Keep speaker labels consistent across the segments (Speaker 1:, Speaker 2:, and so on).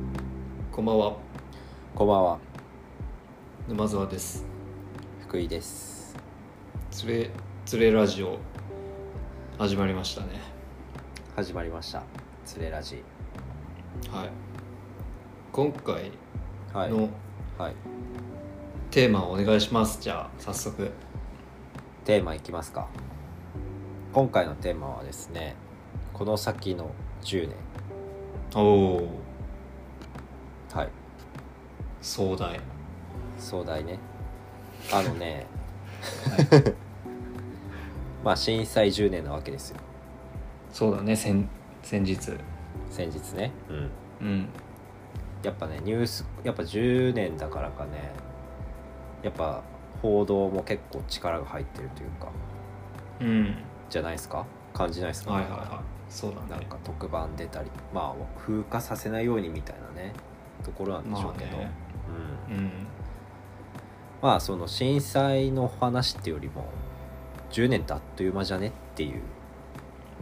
Speaker 1: んばんは
Speaker 2: こんばんは、
Speaker 1: 沼澤です
Speaker 2: 福井です。
Speaker 1: つれつれラジオ始まりましたね
Speaker 2: 始まりました。つれラジ。
Speaker 1: はい今回
Speaker 2: はい。
Speaker 1: の
Speaker 2: はい。
Speaker 1: テーマをお願いしますじゃあ早速
Speaker 2: テーマいきますか。今回のテーマはですね、この先の10年。
Speaker 1: おお
Speaker 2: はい。
Speaker 1: 壮大
Speaker 2: 壮大ね。あのね、 まあ震災10年なわけですよ。
Speaker 1: そうだね先先日
Speaker 2: 先日ね。うん。
Speaker 1: うん
Speaker 2: やっぱね、ニュース、やっぱ10年だからかね、やっぱ報道も結構力が入ってるというか、
Speaker 1: うん
Speaker 2: じゃないですか感じないですか
Speaker 1: はいはいはいそうだ
Speaker 2: なん
Speaker 1: ね
Speaker 2: か特番出たりまあ風化させないようにみたいなねところなんでしょ
Speaker 1: ま
Speaker 2: う
Speaker 1: あ
Speaker 2: けど、
Speaker 1: ね
Speaker 2: うん、
Speaker 1: うん
Speaker 2: まあその震災の話ってよりも10年ってあっという間じゃねっていう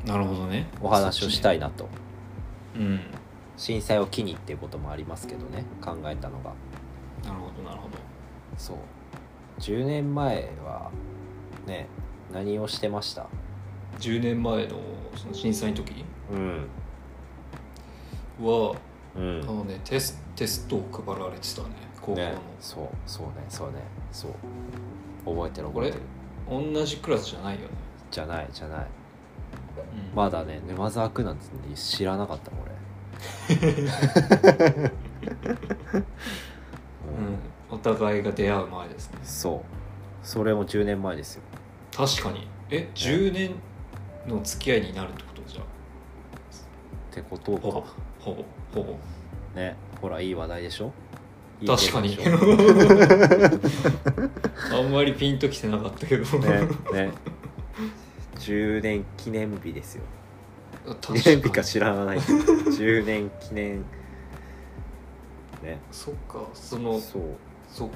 Speaker 1: なるほどね
Speaker 2: お話をした
Speaker 1: い
Speaker 2: いなと、
Speaker 1: うん
Speaker 2: 震災を機にっていうこともありますけどね考えたのが
Speaker 1: なるほどなるほど
Speaker 2: そう10年前はね何をしてました
Speaker 1: 10年前のその震災の時
Speaker 2: うん
Speaker 1: はあ
Speaker 2: うん
Speaker 1: のねテステストを配られてたね高校の、
Speaker 2: ねそうそうねそうねそう覚えてる
Speaker 1: こ
Speaker 2: 覚え
Speaker 1: れ
Speaker 2: てる
Speaker 1: 同じクラスじゃないよね、
Speaker 2: じゃないじゃない
Speaker 1: うん
Speaker 2: まだね沼沢くんなんて知らなかったもん俺
Speaker 1: うん、
Speaker 2: うん
Speaker 1: お互いが出会う前ですね
Speaker 2: そうそれも10年前ですよ
Speaker 1: 確かにえ10年の付き合いになるってことじゃ
Speaker 2: ってこと
Speaker 1: ほぼ
Speaker 2: か
Speaker 1: ほぼほぼ
Speaker 2: ねほらいい話題でしょいい
Speaker 1: 確かに
Speaker 2: テーマでし
Speaker 1: あんまりピンときてなかったけど、
Speaker 2: ょねね10年記念日ですよ
Speaker 1: 確
Speaker 2: 記念日か知ら ないけど10年記念ね
Speaker 1: そっかその
Speaker 2: そう
Speaker 1: そっか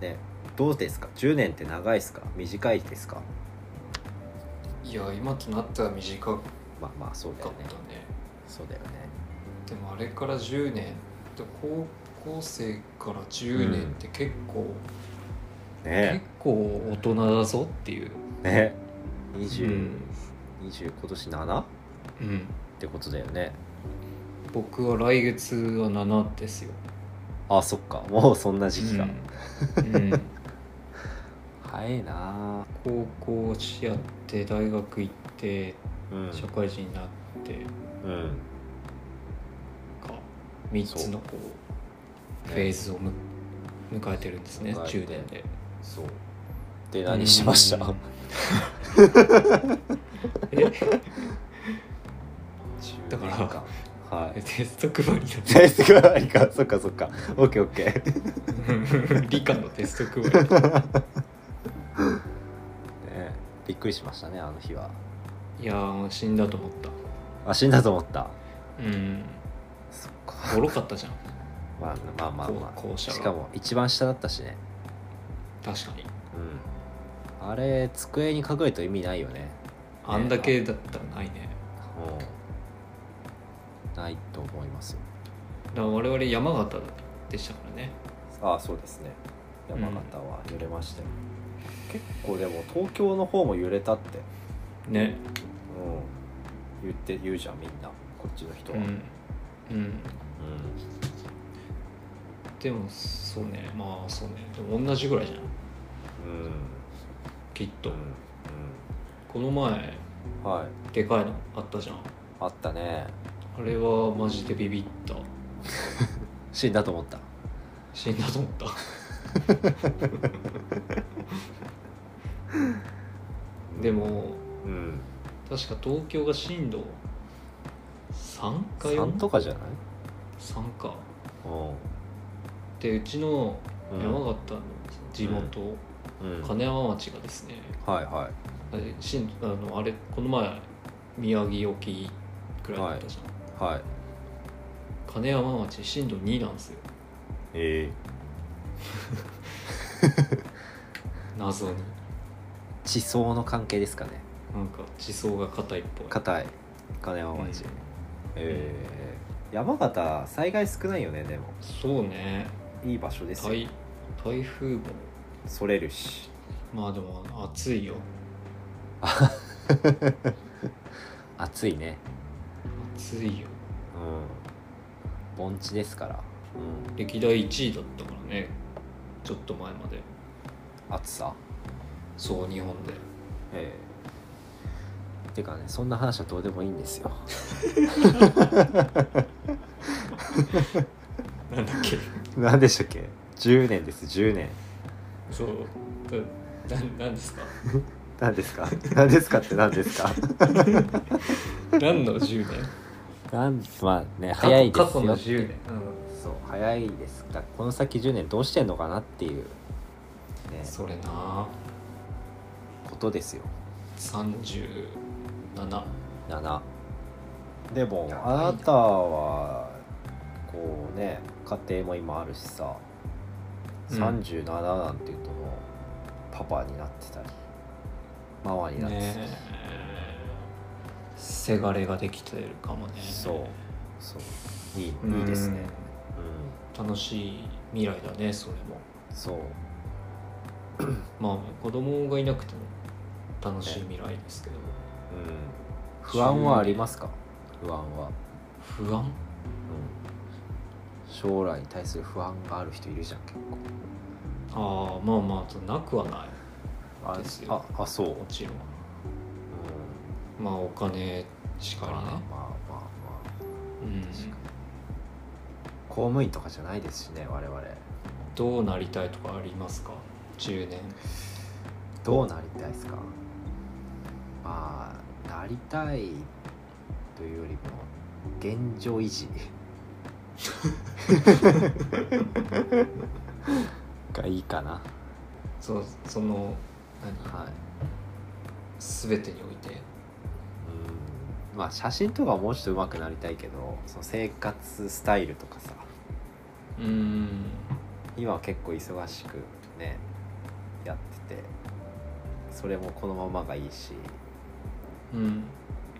Speaker 2: ねどうですか10年って長いですか短いですか
Speaker 1: いや今となっては短かっ
Speaker 2: まあまあそうだ
Speaker 1: た
Speaker 2: よ
Speaker 1: ね
Speaker 2: ねそうだよね
Speaker 1: でもあれから10年で高校生から10年って結構、
Speaker 2: ね
Speaker 1: 結構大人だぞっていう
Speaker 2: ね
Speaker 1: う
Speaker 2: 2020
Speaker 1: ん、
Speaker 2: 今年 7? っ
Speaker 1: うん、
Speaker 2: てことだよね
Speaker 1: 僕は来月は7ですよ
Speaker 2: あそっかもうそんな時期が、
Speaker 1: うんうん
Speaker 2: 早いなあ
Speaker 1: 高校しやって大学行って
Speaker 2: うん
Speaker 1: 社会人になって
Speaker 2: うん
Speaker 1: か3つのこう
Speaker 2: そう
Speaker 1: フェーズをむ迎えてるんですね
Speaker 2: 迎えて
Speaker 1: 10年で
Speaker 2: そうで何しました
Speaker 1: うんだから
Speaker 2: 10年間は
Speaker 1: え
Speaker 2: い
Speaker 1: テスト配りだ
Speaker 2: テスト配りか そっかそっかオッケーオッケー
Speaker 1: 理科のテスト配り
Speaker 2: ねびっくりしましたねあの日はい
Speaker 1: やー死んだと思った
Speaker 2: あ死んだと思った
Speaker 1: うん
Speaker 2: そっか
Speaker 1: ボロかったじゃん
Speaker 2: まあまあまあま
Speaker 1: こう校
Speaker 2: あ
Speaker 1: 舎が
Speaker 2: しかも一番下だったしね
Speaker 1: 確かに
Speaker 2: うんあれ机に隠れた意味ないよね
Speaker 1: あんだけだったらないね
Speaker 2: うんないと思いますよ
Speaker 1: だから我々山形でしたからね
Speaker 2: ああそうですね
Speaker 1: うん
Speaker 2: 山形は揺れましたよ、結構でも東京の方も揺れたって、
Speaker 1: ね
Speaker 2: うん、言って言うじゃんみんなこっちの人
Speaker 1: う
Speaker 2: は、
Speaker 1: ん、うん、
Speaker 2: う
Speaker 1: でもそうねまあそうねでも同じぐらいじゃん
Speaker 2: んうん
Speaker 1: きっと、
Speaker 2: うん
Speaker 1: この前
Speaker 2: うんはい
Speaker 1: でかいのあったじゃん
Speaker 2: あったね
Speaker 1: あれはマジでビビった
Speaker 2: 死んだと思った
Speaker 1: 死んだと思ったでも
Speaker 2: うん
Speaker 1: 確か東京が震度3か
Speaker 2: 3
Speaker 1: 4?3
Speaker 2: とかじゃない
Speaker 1: か
Speaker 2: う
Speaker 1: でうちの
Speaker 2: ん
Speaker 1: 山形の地元、
Speaker 2: うん
Speaker 1: 金山町がですね
Speaker 2: はいは
Speaker 1: しんあのあれこの前宮城沖くらいだったじゃん、
Speaker 2: いはい
Speaker 1: 金山町震度2なんですよ
Speaker 2: ええ
Speaker 1: 謎に
Speaker 2: 地層の関係ですかね
Speaker 1: なんか地層が硬いっぽい
Speaker 2: 硬い金山町、
Speaker 1: うん
Speaker 2: ええ山形災害少ないよねでも
Speaker 1: そうね
Speaker 2: いい場所ですよ
Speaker 1: 台台風も
Speaker 2: それるし
Speaker 1: まあでも暑いよ
Speaker 2: 暑いね
Speaker 1: 暑いよ
Speaker 2: うん盆地ですから、う
Speaker 1: 歴代1位だったからねちょっと前まで
Speaker 2: ん、暑さ
Speaker 1: そう日本で
Speaker 2: ええてかねそんな話はどうでもいいんですよ
Speaker 1: なんだっ け
Speaker 2: 何でしたっけ10年です10年
Speaker 1: そうだななんですか
Speaker 2: 何です か何ですかって何ですか
Speaker 1: 何の10年
Speaker 2: なんまあね早いですよ
Speaker 1: 過去の10年、
Speaker 2: そう早いですだからこの先10年どうしてんのかなっていう、ね
Speaker 1: うん、、それな
Speaker 2: ことですよ
Speaker 1: 37
Speaker 2: 7でも
Speaker 1: やばいな
Speaker 2: あなたはこうね家庭も今あるしさ
Speaker 1: うん
Speaker 2: 37なんていうともうパパになってたりママになってたり、
Speaker 1: ねせがれができてるかもね
Speaker 2: そうそういいいいですねうん
Speaker 1: 楽しい未来だねそれも
Speaker 2: そう
Speaker 1: まあ子供がいなくても楽しい未来ですけど、
Speaker 2: うん不安はありますか不安は、
Speaker 1: 不安
Speaker 2: うん、将来に対する不安がある人いるじゃん結
Speaker 1: ああまあまあなくはない
Speaker 2: 構あ
Speaker 1: ですよ
Speaker 2: ああそう、
Speaker 1: もちろん
Speaker 2: う
Speaker 1: まあお金し
Speaker 2: ん、まあまあ
Speaker 1: か
Speaker 2: まあまあ
Speaker 1: りね、う
Speaker 2: 確かに
Speaker 1: ん、
Speaker 2: 公務員とかじゃないですしね我々
Speaker 1: どうなりたいとかありますか10年
Speaker 2: どうなりたいですかまあなりたいというよりも現状維持がいいかな
Speaker 1: そその何
Speaker 2: はい
Speaker 1: 全てにおいて
Speaker 2: うんまあ写真とかはもうちょっと上手くなりたいけどその生活スタイルとかさ
Speaker 1: うーん
Speaker 2: 今は結構忙しくねやっててそれもこのままがいいし
Speaker 1: うん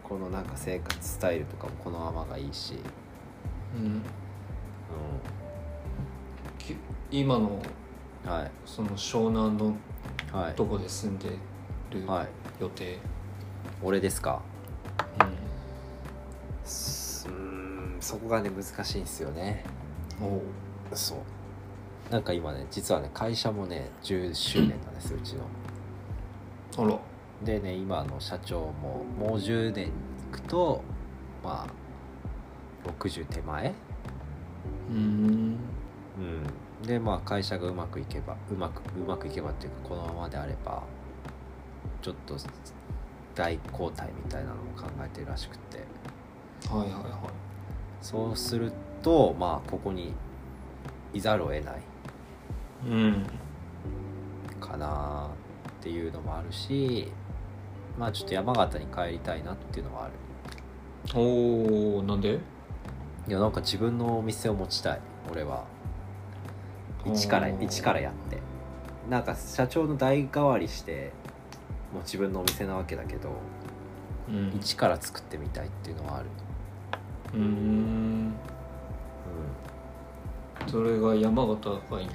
Speaker 2: このなんか生活スタイルとかもこのままがいいし、
Speaker 1: うんき今の
Speaker 2: うん、はい
Speaker 1: その湘南の
Speaker 2: はい
Speaker 1: どこで住んでる
Speaker 2: はい
Speaker 1: 予定、
Speaker 2: 俺ですか
Speaker 1: う
Speaker 2: すうーんそこがね難しいんですよね
Speaker 1: んおう
Speaker 2: そうなんか今ね実はね会社もね10周年なんですようちの
Speaker 1: あら
Speaker 2: でね今の社長ももう10年いくとまあ60手前、
Speaker 1: うーん
Speaker 2: うん、でまあ会社がうまくいけばうまくうまくいけばっていうかこのままであればちょっと大交代みたいなのを考えてるらしくて
Speaker 1: はいはいは
Speaker 2: そうするとまあここにいざるを得ない
Speaker 1: いうん
Speaker 2: かなっていうのもあるしまあちょっと山形に帰りたいなっていうのもある
Speaker 1: おおなんで
Speaker 2: いやなんか自分のお店を持ちたい俺は
Speaker 1: おー
Speaker 2: 一から一からやってなんか社長の代替わりしてもう自分のお店なわけだけど
Speaker 1: うん
Speaker 2: 一から作ってみたいっていうのはある、
Speaker 1: うーんそれが山形がいいんだ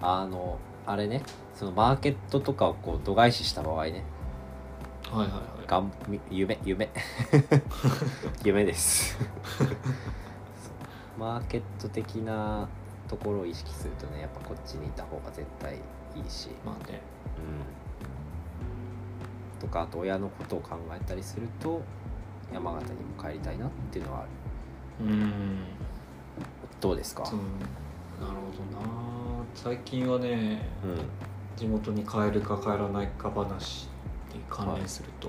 Speaker 2: あのあれねそのマーケットとかをこう度外視した場合ね
Speaker 1: はいはいは
Speaker 2: がんみ夢夢 夢です マーケット的なところを意識するとねやっぱこっちにいた方が絶対いいし、
Speaker 1: いまあね
Speaker 2: うん、とかあと親のことを考えたりすると山形にも帰りたいなっていうのはある
Speaker 1: うーん
Speaker 2: どうですか
Speaker 1: そうなるほどな最近はね
Speaker 2: うん
Speaker 1: 地元に帰るか帰らないか話に関連すると、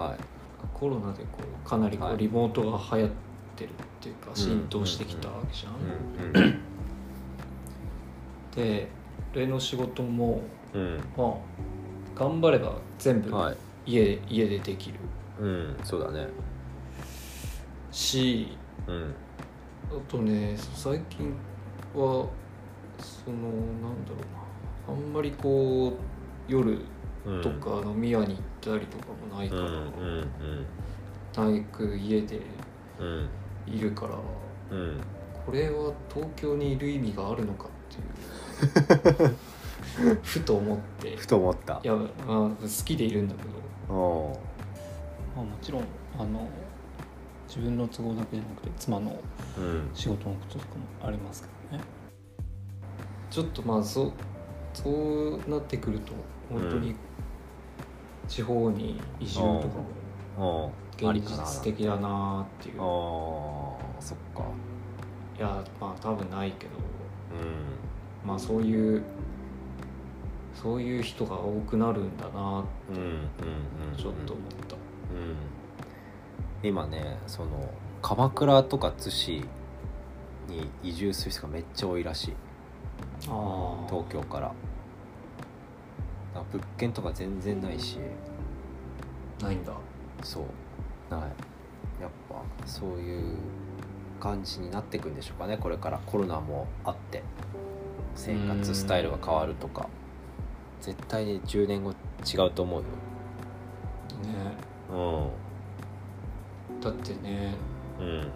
Speaker 2: はい
Speaker 1: コロナでこうかなりこ
Speaker 2: は
Speaker 1: う
Speaker 2: い
Speaker 1: リモートが流行ってるっていうか浸透してきたわけじゃん。
Speaker 2: うん
Speaker 1: で例の仕事も、
Speaker 2: うん
Speaker 1: まあ、頑張れば全部
Speaker 2: はい
Speaker 1: 家,、家でできる
Speaker 2: うんそうだね
Speaker 1: し
Speaker 2: うん
Speaker 1: あとね最近はそのなんだろうなあんまりこう夜
Speaker 2: うん
Speaker 1: とか飲み屋に行ったりとかもない
Speaker 2: うん
Speaker 1: か
Speaker 2: う
Speaker 1: ら、
Speaker 2: ん
Speaker 1: 体育家で
Speaker 2: うんうん
Speaker 1: いるから
Speaker 2: うん
Speaker 1: これは東京にいる意味があるのかっていうふと思ってい
Speaker 2: ふと思った
Speaker 1: や、まあ、好きでいるんだけど、
Speaker 2: お
Speaker 3: まあ、もちろんあの自分の都合だけじゃなくて妻の
Speaker 2: ううん
Speaker 3: 仕事のこととかもありますけどね
Speaker 1: ちょっとまあそうそうなってくると本当
Speaker 2: う
Speaker 1: に地方に移住とかも
Speaker 2: おあり
Speaker 1: 現
Speaker 2: かな
Speaker 1: 実的だなっていう、い
Speaker 2: おそっか
Speaker 1: やまあ多分ないけど
Speaker 2: うん
Speaker 1: まあそういうそういう人が多くなるんだな
Speaker 2: うんうんうん
Speaker 1: ちょっと思った、
Speaker 2: うん今ねその鎌倉とか津市に移住する人がめっちゃ多いらしい
Speaker 1: ああ
Speaker 2: 東京からだから物件とか全然ないし
Speaker 1: ないんだ
Speaker 2: そうないやっぱそういう感じになっていくんでしょうかねこれからコロナもあって生活スタイルが変わるとか絶対に10年後違うと思う
Speaker 1: ね
Speaker 2: よ
Speaker 1: だってね
Speaker 2: うんうん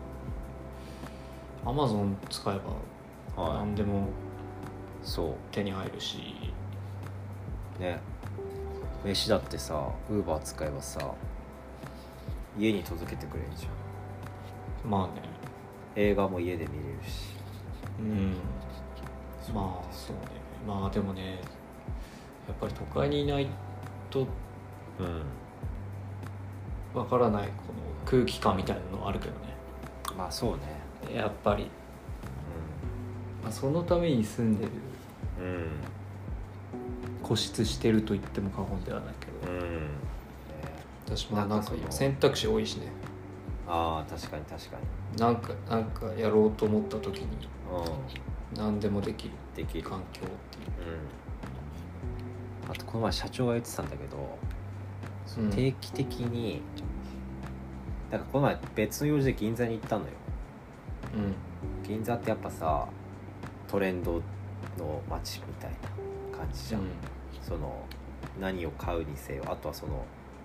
Speaker 1: アマゾン使えば
Speaker 2: は
Speaker 1: 何でも
Speaker 2: いそう
Speaker 1: 手に入るし、
Speaker 2: ね飯だってさウーバー使えばさ家に届けてくれるじゃん
Speaker 1: まあね
Speaker 2: 映画も家で見れるし
Speaker 1: うんまあそうねまあでもねやっぱり都会にいないと
Speaker 2: うん
Speaker 1: わからないこの空気感みたいなのあるけど
Speaker 2: まあそうね
Speaker 1: ねやっぱり、まあ、そのために住んでる
Speaker 2: うん
Speaker 1: 固執してると言っても過言ではないけ
Speaker 2: う
Speaker 1: ど
Speaker 2: ん、ね、
Speaker 1: 私もなんか
Speaker 2: なんかその
Speaker 1: 選択肢多いしね
Speaker 2: ああ確かに確かに
Speaker 1: なんかなんかやろうと思った時に
Speaker 2: う
Speaker 1: 何でもできる
Speaker 2: んできる
Speaker 1: 環境っていう
Speaker 2: うんあとこの前社長が言ってたんだけど、
Speaker 1: うん
Speaker 2: 定期的になんかこの前別の用事で銀座に行ったのよ
Speaker 1: うん
Speaker 2: 銀座ってやっぱさトレンドの街みたいな感じじゃん、その何を買うにせよあとはその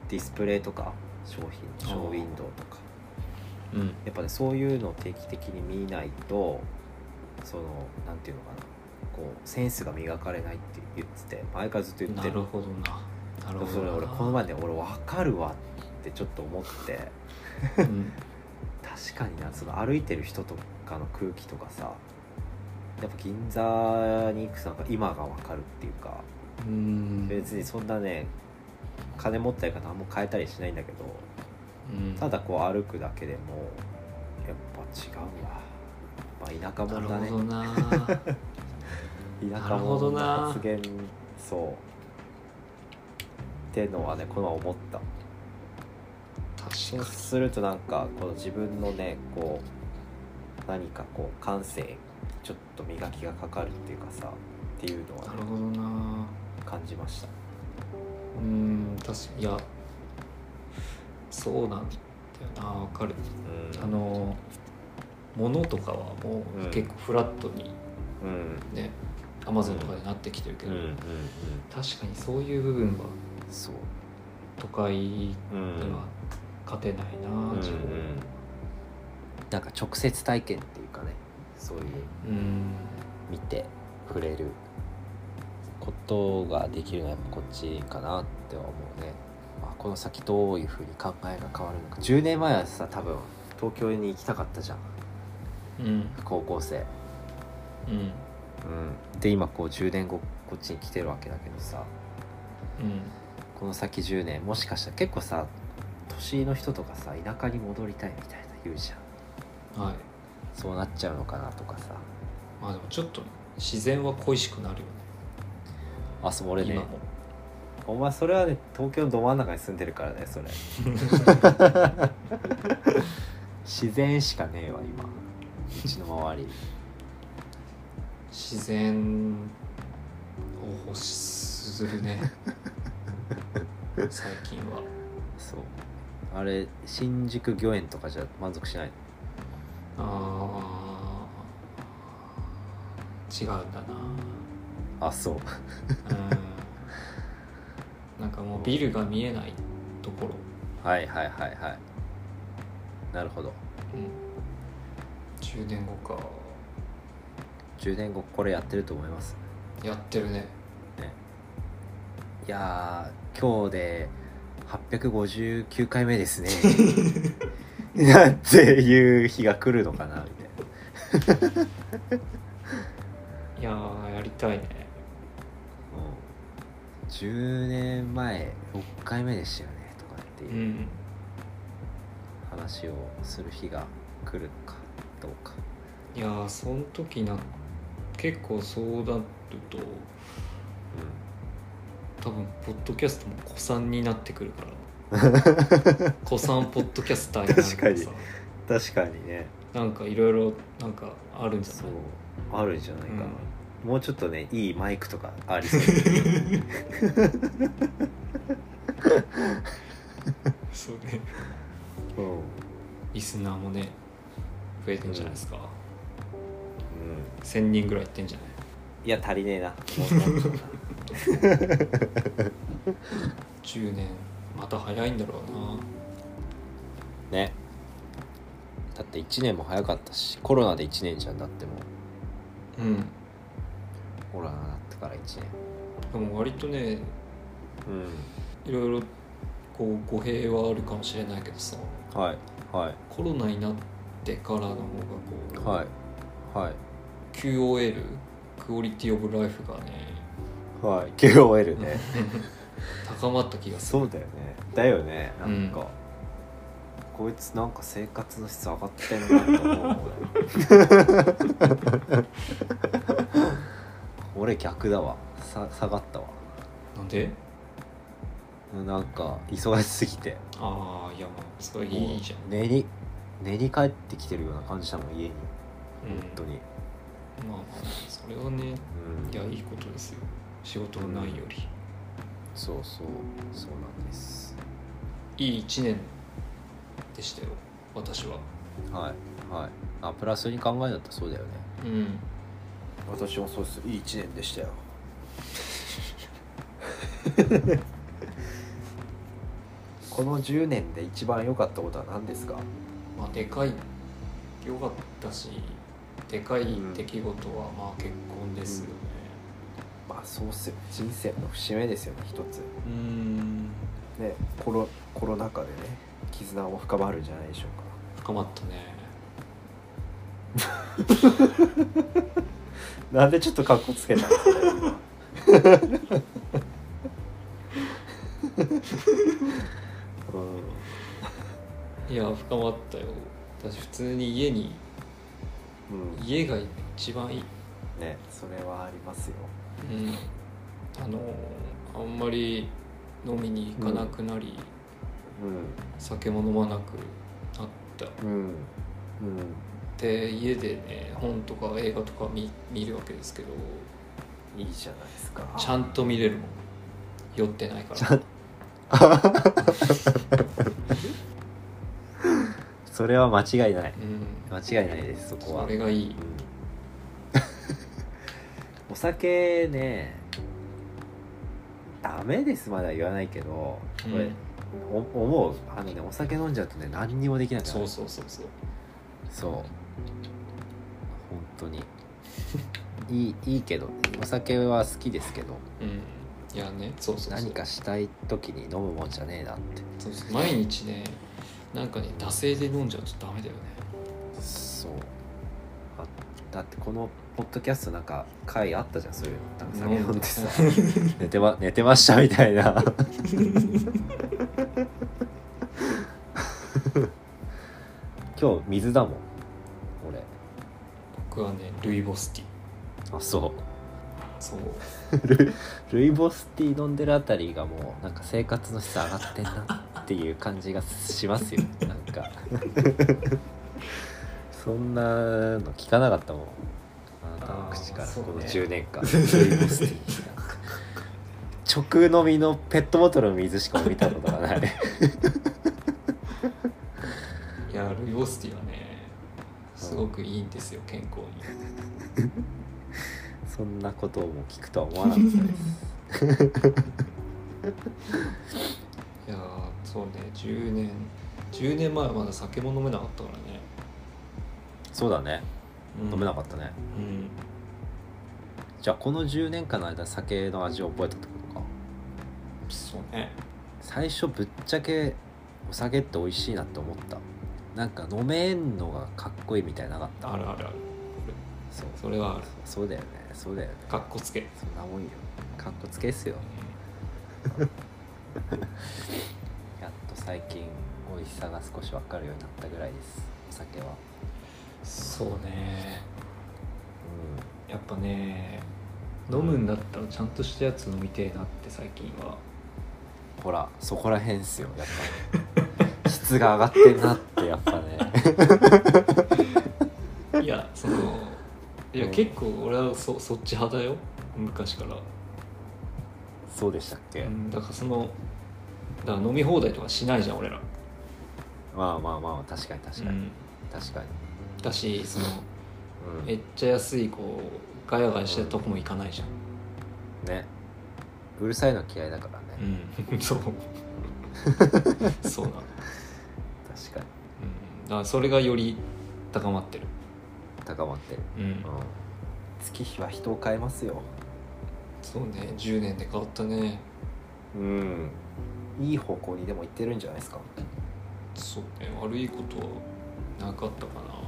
Speaker 2: ディスプレイとか商品ショーウィンドウとか
Speaker 1: うんうん
Speaker 2: やっぱねそういうのを定期的に見ないとそのなんていうのかなこうセンスが磨かれないって言ってて前からずっと言っ
Speaker 1: な
Speaker 2: て
Speaker 1: るほどななるほど
Speaker 2: それ俺この前ね俺分かるわってちょっと思って
Speaker 1: 前、うん
Speaker 2: 確かになその歩いてる人とかの空気とかさやっぱ銀座に行くとなんか今が分かるっていうか
Speaker 1: うん
Speaker 2: 別にそんなね金持ったりか何も変えたりしないんだけど
Speaker 1: うん
Speaker 2: ただこう歩くだけでもやっぱ違うわやっぱ田舎
Speaker 1: な
Speaker 2: 者
Speaker 1: る
Speaker 2: だ
Speaker 1: ほ
Speaker 2: ね
Speaker 1: ど なな
Speaker 2: 田舎
Speaker 1: るほど
Speaker 2: 者
Speaker 1: な
Speaker 2: の発言そうってのはねこの前思った
Speaker 1: 確
Speaker 2: そう
Speaker 1: か
Speaker 2: するとなんかこの自分のねこう何かこう感性ちょっと磨きがかかるっていうかさっていうの
Speaker 1: に
Speaker 2: は
Speaker 1: な
Speaker 2: ね、
Speaker 1: るほどな
Speaker 2: 感じました
Speaker 1: うん確かにいやそうなんだよなわかる
Speaker 2: うん
Speaker 1: あの物とかはもう
Speaker 2: うん
Speaker 1: 結構フラットに
Speaker 2: うん
Speaker 1: ね、アマゾンとかでなってきてるけ
Speaker 2: うん
Speaker 1: ど、
Speaker 2: うんうん
Speaker 1: 確かにそういう部分は
Speaker 2: そう
Speaker 1: 都会に
Speaker 2: うん
Speaker 1: は勝てないな、
Speaker 2: うんうん
Speaker 1: 地方
Speaker 2: なんか直接体験っていうかねそういう
Speaker 1: うん
Speaker 2: 見て触れることができるのはやっぱこっちかなっては思うね、まあ、この先どういうふうに考えが変わるのか10年前はさ多分東京に行きたかったじゃん
Speaker 1: うん
Speaker 2: 高校生、
Speaker 1: うん
Speaker 2: うん、で今こう10年後こっちに来てるわけだけどさ
Speaker 1: うん
Speaker 2: この先10年もしかしたら結構さ年の人とかさ田舎に戻りたいみたいな言うじゃん
Speaker 1: はい
Speaker 2: そうなっちゃうのかなとかさ
Speaker 1: まあでもちょっと自然は恋しくなるよね
Speaker 2: あそう俺ね
Speaker 1: 今も
Speaker 2: お前それはね東京のど真ん中に住んでるからねそれ自然しかねえわ今うちの周り
Speaker 1: 自然を欲するね最近は
Speaker 2: そうあれ新宿御苑とかじゃ満足しない
Speaker 1: あー違うんだな
Speaker 2: あそう
Speaker 1: うんなんかもうビルが見えないところ、
Speaker 2: はいはいはいはいなるほど
Speaker 1: うん10年後か
Speaker 2: 10年後これやってると思います
Speaker 1: やってるね
Speaker 2: いやー今日で859回目ですね なんていう日が来るのかなみたいない
Speaker 1: やーやりたいね
Speaker 2: もう10年前6回目でしたよねとかって
Speaker 1: う
Speaker 2: いうん話をする日が来るかどうか
Speaker 1: いやーその時な結構そうなると多分ポッドキャストも古参になってくるから 古参ポッドキャスターになるからさ
Speaker 2: 確確かにね
Speaker 1: なんかいろいろなんかあるんじゃ
Speaker 2: そ
Speaker 1: な
Speaker 2: う
Speaker 1: い
Speaker 2: あるんじゃないかな、もうちょっとねいいマイクとかありそう
Speaker 1: そうね
Speaker 2: うん、うん、
Speaker 1: リスナーもね増えてんじゃないですか、1000人ぐらいいってんじゃない
Speaker 2: いや足りね えな
Speaker 1: 10年また早いんだろうな
Speaker 2: ねだって1年も早かったしコロナで1年じゃんだってもう
Speaker 1: うん
Speaker 2: コロナになってから1年
Speaker 1: でも割とね
Speaker 2: う
Speaker 1: いろいろこう語弊はあるかもしれないけどさ
Speaker 2: んはいはい
Speaker 1: コロナになってからの方がこう、
Speaker 2: はいはい
Speaker 1: QOL クオリティオブライフがね
Speaker 2: はい KOL ね
Speaker 1: 高まった気がす
Speaker 2: そうだよねだよねなんか、
Speaker 1: うん
Speaker 2: こいつなんか生活の質上がってんなと 思う俺俺逆だわさ下がったわ
Speaker 1: るなんで
Speaker 2: なんか忙しすぎて
Speaker 1: ああいやまあそれ
Speaker 2: もう
Speaker 1: いいじゃん
Speaker 2: 寝に寝に帰ってきてるような感じだもん家に本当
Speaker 1: う
Speaker 2: に、うん、
Speaker 1: んまあまあそれはねいやいいことですよ仕事がないより
Speaker 2: そうそうそうなんです
Speaker 1: いい1年でしたよ私は
Speaker 2: はいはいあプラスに考えだったらそうだよね
Speaker 1: うん
Speaker 2: 私もそうですいい1年で したよこの10年で一番良かったことは何ですか
Speaker 1: まあでかい良かったしでかい
Speaker 2: うん
Speaker 1: 出来事はまあ結婚ですよね
Speaker 2: まあそうっすよ人生の節目ですよね一つ
Speaker 1: うんん
Speaker 2: ねコロコロナ禍でね絆も深まるんじゃないでしょうか
Speaker 1: 深まったね
Speaker 2: なんでちょっと格好つけたんですかね今 うん
Speaker 1: いや深まったよ私普通に家に
Speaker 2: うん
Speaker 1: 家が一番いい
Speaker 2: ねそれはありますよ
Speaker 1: うんあのあんまり飲みに行かなくなり、酒も飲まなくなった
Speaker 2: うんうん
Speaker 1: で家でね本とか映画とか見見るわけですけど
Speaker 2: うんいいじゃないですか
Speaker 1: ちゃんと見れるもん酔ってないから
Speaker 2: それは間違いない
Speaker 1: うん
Speaker 2: 間違いないですそこは
Speaker 1: それがいい
Speaker 2: うん お酒ねダメですまでは言わないけど、
Speaker 1: うん
Speaker 2: これお思うあのねお酒飲んじゃうとね何にもできなくなる
Speaker 1: そうそうそうそう
Speaker 2: そう本当に いいいいけどお酒は好きですけど
Speaker 1: うんいやねそうそうそう
Speaker 2: 何かしたい時に飲むもんじゃねえなって
Speaker 1: そうそう毎日ねなんかね惰性で飲んじゃうとダメだよね
Speaker 2: そうあだってこのポッドキャストなんか回あったじゃんそういうなんか酒飲んでさ寝て,、ま、寝てましたみたい な今日水だもん俺
Speaker 1: 僕はねルイボスティー
Speaker 2: あそう
Speaker 1: そう
Speaker 2: ルイボスティー飲んでるあたりがもうなんか生活の質上がってんなっていう感じがします よなんかそんなの聞かなかったもんあなたの口から
Speaker 1: あーそうね
Speaker 2: この10年間、ルイボスティーなんか直飲みのペットボトルの水しか見たことがない
Speaker 1: いやルイボスティーはねすごくいいんですよ健康に
Speaker 2: そんなことをもう聞くとは思わなかったです
Speaker 1: いやーそうね10年10年前はまだ酒も飲めなかったからね
Speaker 2: そうだね
Speaker 1: うん、
Speaker 2: 飲めなかったね、
Speaker 1: うん
Speaker 2: じゃあこの10年間の間酒の味を覚えたってことか
Speaker 1: そうね
Speaker 2: 最初ぶっちゃけお酒って美味しいなって思ったなんか飲めんのがかっこいいみたいなのなかった
Speaker 1: あるあるある
Speaker 2: そう
Speaker 1: それはある
Speaker 2: そうだよねそうだよね
Speaker 1: かっこつけ
Speaker 2: そんなもんよかっこつけっすよやっと最近美味しさが少し分かるようになったぐらいですお酒は
Speaker 1: そうね
Speaker 2: う
Speaker 1: やっぱね飲むんだったらちゃんとしたやつ飲みてえなって最近は
Speaker 2: んほらそこらへんっすよやっ ぱ質が上がってんなってやっぱね
Speaker 1: いやそのいや
Speaker 2: うん
Speaker 1: 結構俺はそそっち派だよ昔から、
Speaker 2: そうでしたっけ、
Speaker 1: うん、だからそのだから飲み放題とかしないじゃん俺ら、
Speaker 2: まあまあまあ確かに確
Speaker 1: う
Speaker 2: かに、
Speaker 1: ん、
Speaker 2: 確かに、
Speaker 1: だしその
Speaker 2: うん、
Speaker 1: めっちゃ安いこうガヤガヤしてるとこも行かないじゃん
Speaker 2: ねうるさいの嫌いだからね、
Speaker 1: うん、 そう そうなの、うん、だ
Speaker 2: 確かに
Speaker 1: からそれがより高まってる、
Speaker 2: 高まってる、
Speaker 1: うん
Speaker 2: うん、月日は人を変えますよ
Speaker 1: そうね10年で変わったね
Speaker 2: うんいい方向にでも行ってるんじゃないですか
Speaker 1: そうね悪いことはなかったかな
Speaker 2: うん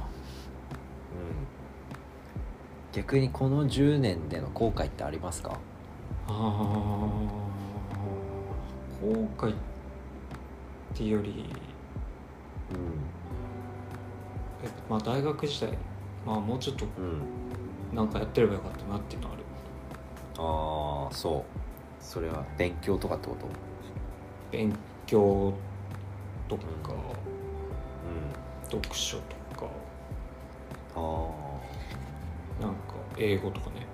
Speaker 2: 逆にこの10年での後悔ってありますか
Speaker 1: あー後悔っていうより
Speaker 2: う
Speaker 1: えまあ大学時代まあもうちょっと
Speaker 2: ん、うん、
Speaker 1: なんかやってればよかったなっていうのはある
Speaker 2: ああそうそれは勉強とかってこと
Speaker 1: 勉強とか
Speaker 2: う
Speaker 1: 読書とか
Speaker 2: ん
Speaker 1: なんか英語とかね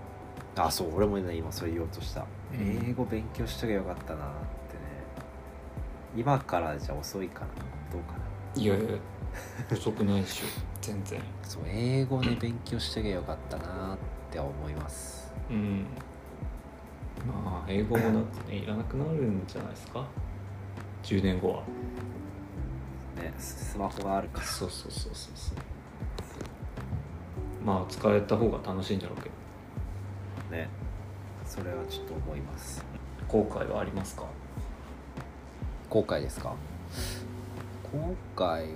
Speaker 2: あーあそう俺もね今それ言おうとした、
Speaker 1: うん
Speaker 2: 英語勉強しとけばよかったなってね今からじゃ遅いかなどうかない
Speaker 1: やいや遅くないでしょ全然
Speaker 2: そう英語ね勉強しとけばよかったなって思います
Speaker 1: うんまあ英語もなんかねいらなくなるんじゃないですか10年後は
Speaker 2: ねススマホがあるから
Speaker 1: そうそうそうそうそうまあ使えた方が楽しいんだろうけど
Speaker 2: ねそれはちょっと思います
Speaker 1: 後悔はありますか
Speaker 2: 後悔ですか後悔はね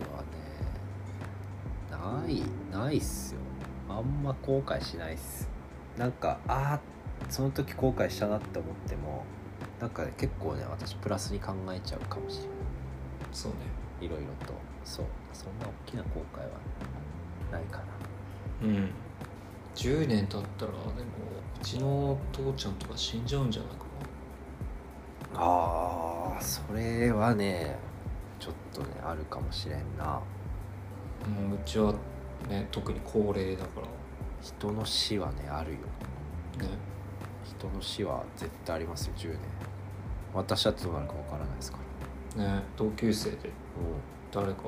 Speaker 2: ないないっすよあんま後悔しないっすなんかあーその時後悔したなって思ってもなんかね結構ね私プラスに考えちゃうかもしれな
Speaker 1: そうね
Speaker 2: いいろいろとそうそんな大きな後悔はないかな
Speaker 1: うん10年経ったらでもうちの父ちゃんとか死んじゃうんじゃないか
Speaker 2: あーそれはねちょっとねあるかもしれんな
Speaker 1: なもううちはね特に高齢だか
Speaker 2: 人の死はねあるよ
Speaker 1: らね
Speaker 2: 人の死は絶対ありますよ10年私だってどうなるかわからないですか
Speaker 1: ね同級生で
Speaker 2: ら、
Speaker 1: 誰か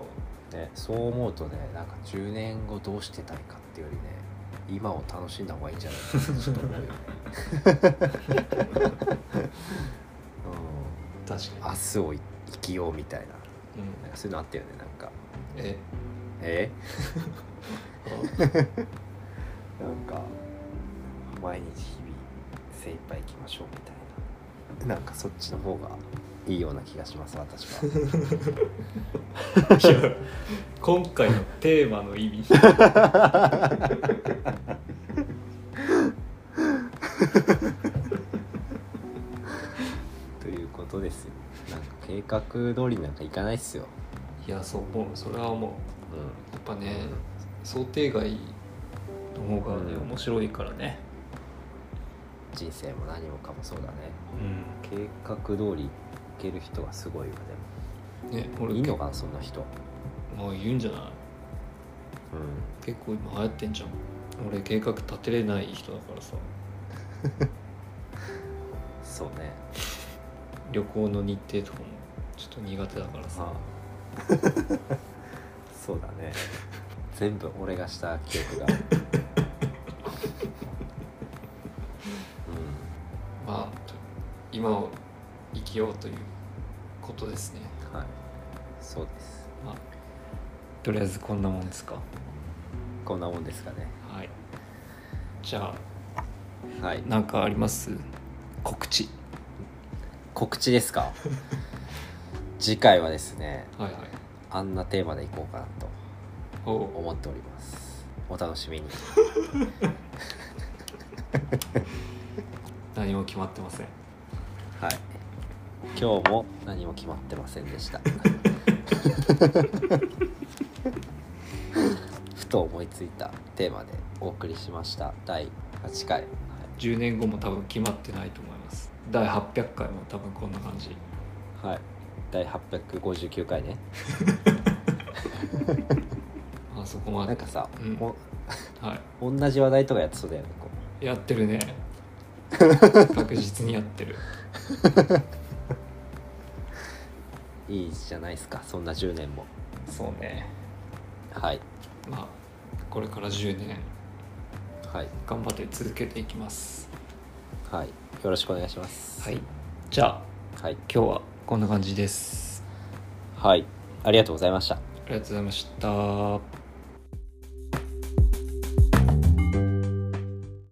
Speaker 2: ね、そう思うとねなんか10年後どうしてたいかっていうよりね今を楽しんだ方がいいんじゃないかなってちょっと思うよね、
Speaker 1: 確
Speaker 2: うん、
Speaker 1: か
Speaker 2: 明日を生きようみたいな
Speaker 1: に、うん、
Speaker 2: なんかそういうのあったよねなんか
Speaker 1: え
Speaker 2: えなんか毎日日々精一杯いきましょうみたいななんかそっちの方がいいような気がします私は。
Speaker 1: いや今回のテーマの意味
Speaker 2: ということですよなんか計画通りなんかいかないっすよ
Speaker 1: いやそう思うそれは思う
Speaker 2: う
Speaker 1: やっぱね想定外の方がね
Speaker 2: うん
Speaker 1: 面白いからね
Speaker 2: ん人生も何もかもそうだね
Speaker 1: う
Speaker 2: 計画通りいける人がすごいよ
Speaker 1: ん
Speaker 2: ね
Speaker 1: ね
Speaker 2: でも
Speaker 1: 俺
Speaker 2: いいのかなそんな人
Speaker 1: もう言うんじゃない
Speaker 2: うん
Speaker 1: 結構今流行ってんじゃん俺計画立てれない人だからさ
Speaker 2: そうね
Speaker 1: 旅行の日程とかもちょっと苦手だからさ
Speaker 2: あ そうだね全部俺がした記憶 がう
Speaker 1: まあと今を生きようということですね
Speaker 2: んはいそうです
Speaker 1: まあとりあえずこんなもんですか
Speaker 2: こんなもんですかね
Speaker 1: はいじゃあ
Speaker 2: はい
Speaker 1: 何かあります告知
Speaker 2: 告知ですか次回はですね
Speaker 1: はいはい
Speaker 2: あんなテーマでいこうかなと
Speaker 1: おう
Speaker 2: 思っておりますお楽しみに
Speaker 1: 何も決まってません
Speaker 2: はい今日も何も決まってませんでしたふと思いついたテーマでお送りしました第8回、はい
Speaker 1: 10年後も多分決まってないと思います第800回も多分こんな感じ
Speaker 2: はい、第859回ね
Speaker 1: あそこま
Speaker 2: な
Speaker 1: で
Speaker 2: んかさ、
Speaker 1: うん
Speaker 2: も
Speaker 1: は
Speaker 2: 同じ話題とかやってそうだよねこ
Speaker 1: いやってる ね確実にやってる
Speaker 2: ういいじゃないですかそんな10年も
Speaker 1: そうね
Speaker 2: はい
Speaker 1: まあこれから10年
Speaker 2: はい
Speaker 1: 頑張って続けていきます
Speaker 2: はいよろしくお願いします
Speaker 1: はいじゃあ
Speaker 2: はい、
Speaker 1: 今日はこんな感じです
Speaker 2: はい、ありがとうございました
Speaker 1: ありがとうございました